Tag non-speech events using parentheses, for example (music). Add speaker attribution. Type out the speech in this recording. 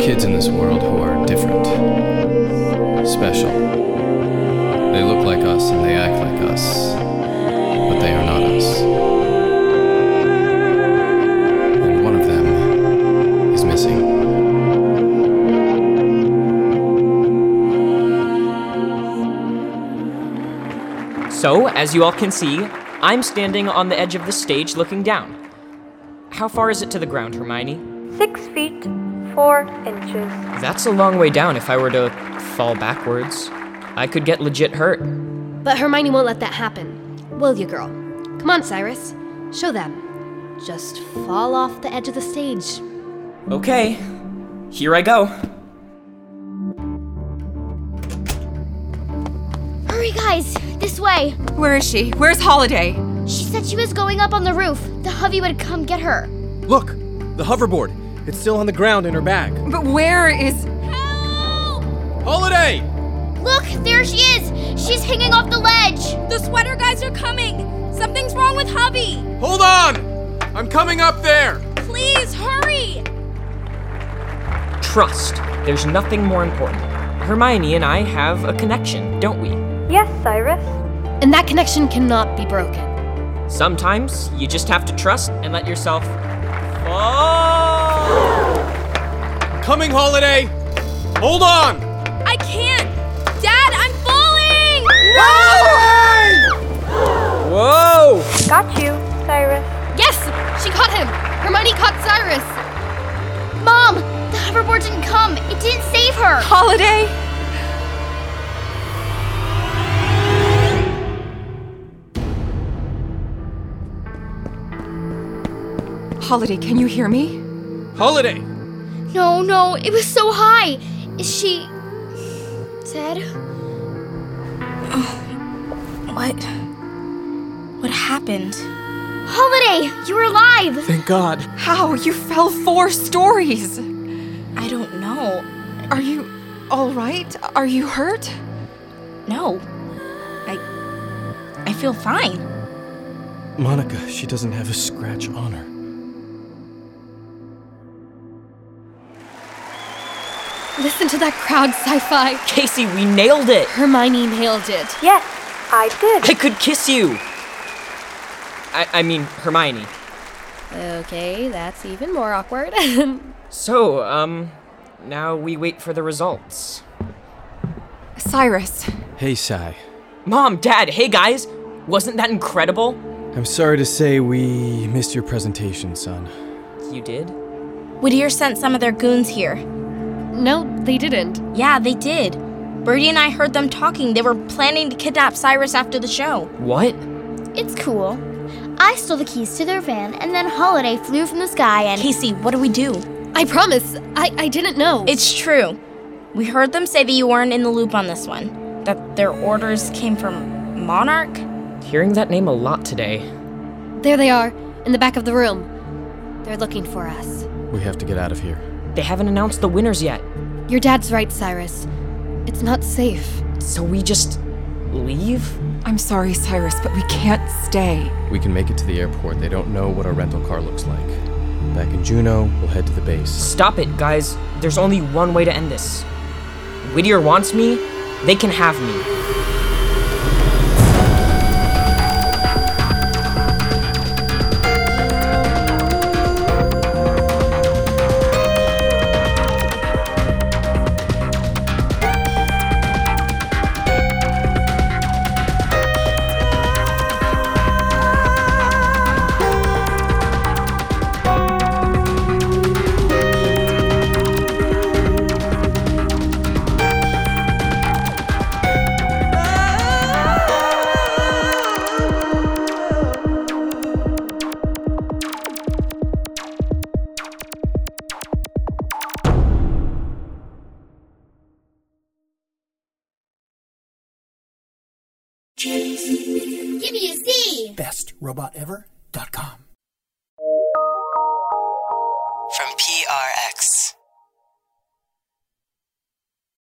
Speaker 1: kids in this world who are different, special. They look like us and they act like us, but they are not us. And one of them is missing.
Speaker 2: So, as you all can see, I'm standing on the edge of the stage looking down. How far is it to the ground, Hermione?
Speaker 3: Six feet, four inches.
Speaker 2: That's a long way down if I were to fall backwards. I could get legit hurt.
Speaker 4: But Hermione won't let that happen. Will you, girl? Come on, Cyrus. Show them. Just fall off the edge of the stage.
Speaker 2: Okay, here I go.
Speaker 4: Hurry, guys! This way!
Speaker 5: Where is she? Where's Holiday?
Speaker 4: She said she was going up on the roof. The hovey would come get her.
Speaker 6: Look, the hoverboard. It's still on the ground in her bag.
Speaker 5: But where is.
Speaker 6: Holiday!
Speaker 4: Look, there she is! She's hanging off the ledge!
Speaker 7: The sweater guys are coming! Something's wrong with Hubby!
Speaker 6: Hold on! I'm coming up there!
Speaker 7: Please hurry!
Speaker 2: Trust. There's nothing more important. Hermione and I have a connection, don't we?
Speaker 3: Yes, Cyrus.
Speaker 4: And that connection cannot be broken.
Speaker 2: Sometimes you just have to trust and let yourself fall.
Speaker 6: Coming, Holiday! Hold on!
Speaker 7: I can't! Dad, I'm falling!
Speaker 2: Whoa!
Speaker 3: Got you, Cyrus.
Speaker 4: Yes! She caught him! Hermione caught Cyrus! Mom! The hoverboard didn't come! It didn't save her!
Speaker 5: Holiday? Holiday, can you hear me?
Speaker 6: Holiday!
Speaker 4: No, no, it was so high! Is she. dead?
Speaker 7: Oh, What? What happened?
Speaker 4: Holiday! You're alive!
Speaker 6: Thank God.
Speaker 5: How? You fell four stories!
Speaker 7: I don't know.
Speaker 5: Are you alright? Are you hurt?
Speaker 7: No. I. I feel fine.
Speaker 6: Monica, she doesn't have a scratch on her.
Speaker 4: Listen to that crowd sci fi.
Speaker 2: Casey, we nailed it!
Speaker 4: Hermione nailed it.
Speaker 3: Yes, I
Speaker 2: I
Speaker 3: did.
Speaker 2: could kiss you! I, I mean, Hermione.
Speaker 4: Okay, that's even more awkward. (laughs)
Speaker 2: So, um, now we wait for the results.
Speaker 5: Cyrus.
Speaker 1: Hey, Sai.
Speaker 2: Mom, Dad, hey guys! Wasn't that incredible?
Speaker 1: I'm sorry to say we missed your presentation, son.
Speaker 2: You did?
Speaker 7: Whittier sent some of their goons here.
Speaker 4: no, they didn't.
Speaker 7: Yeah, they did. Birdie and I heard them talking. They were planning to kidnap Cyrus after the show.
Speaker 2: What?
Speaker 8: It's cool. I stole the keys to their van, and then Holiday flew from the sky and.
Speaker 7: Casey, what do we do?
Speaker 4: I promise, I, I didn't know.
Speaker 7: It's true. We heard them say that you weren't in the loop on this one, that their orders came from Monarch?
Speaker 2: Hearing that name a lot today.
Speaker 4: there they are, in the back of the room. They're looking for us.
Speaker 1: We have to get out of here.
Speaker 2: They haven't announced the winners yet.
Speaker 4: Your dad's right, Cyrus. It's not safe.
Speaker 2: So we just leave?
Speaker 5: I'm sorry, Cyrus, but we can't stay.
Speaker 1: We can make it to the airport. They don't know what a rental car looks like. Back in Juneau, we'll head to the base.
Speaker 2: Stop it, guys. There's only one way to end this. Whittier wants me, they can have me.
Speaker 8: Give me a C!
Speaker 9: From PRX.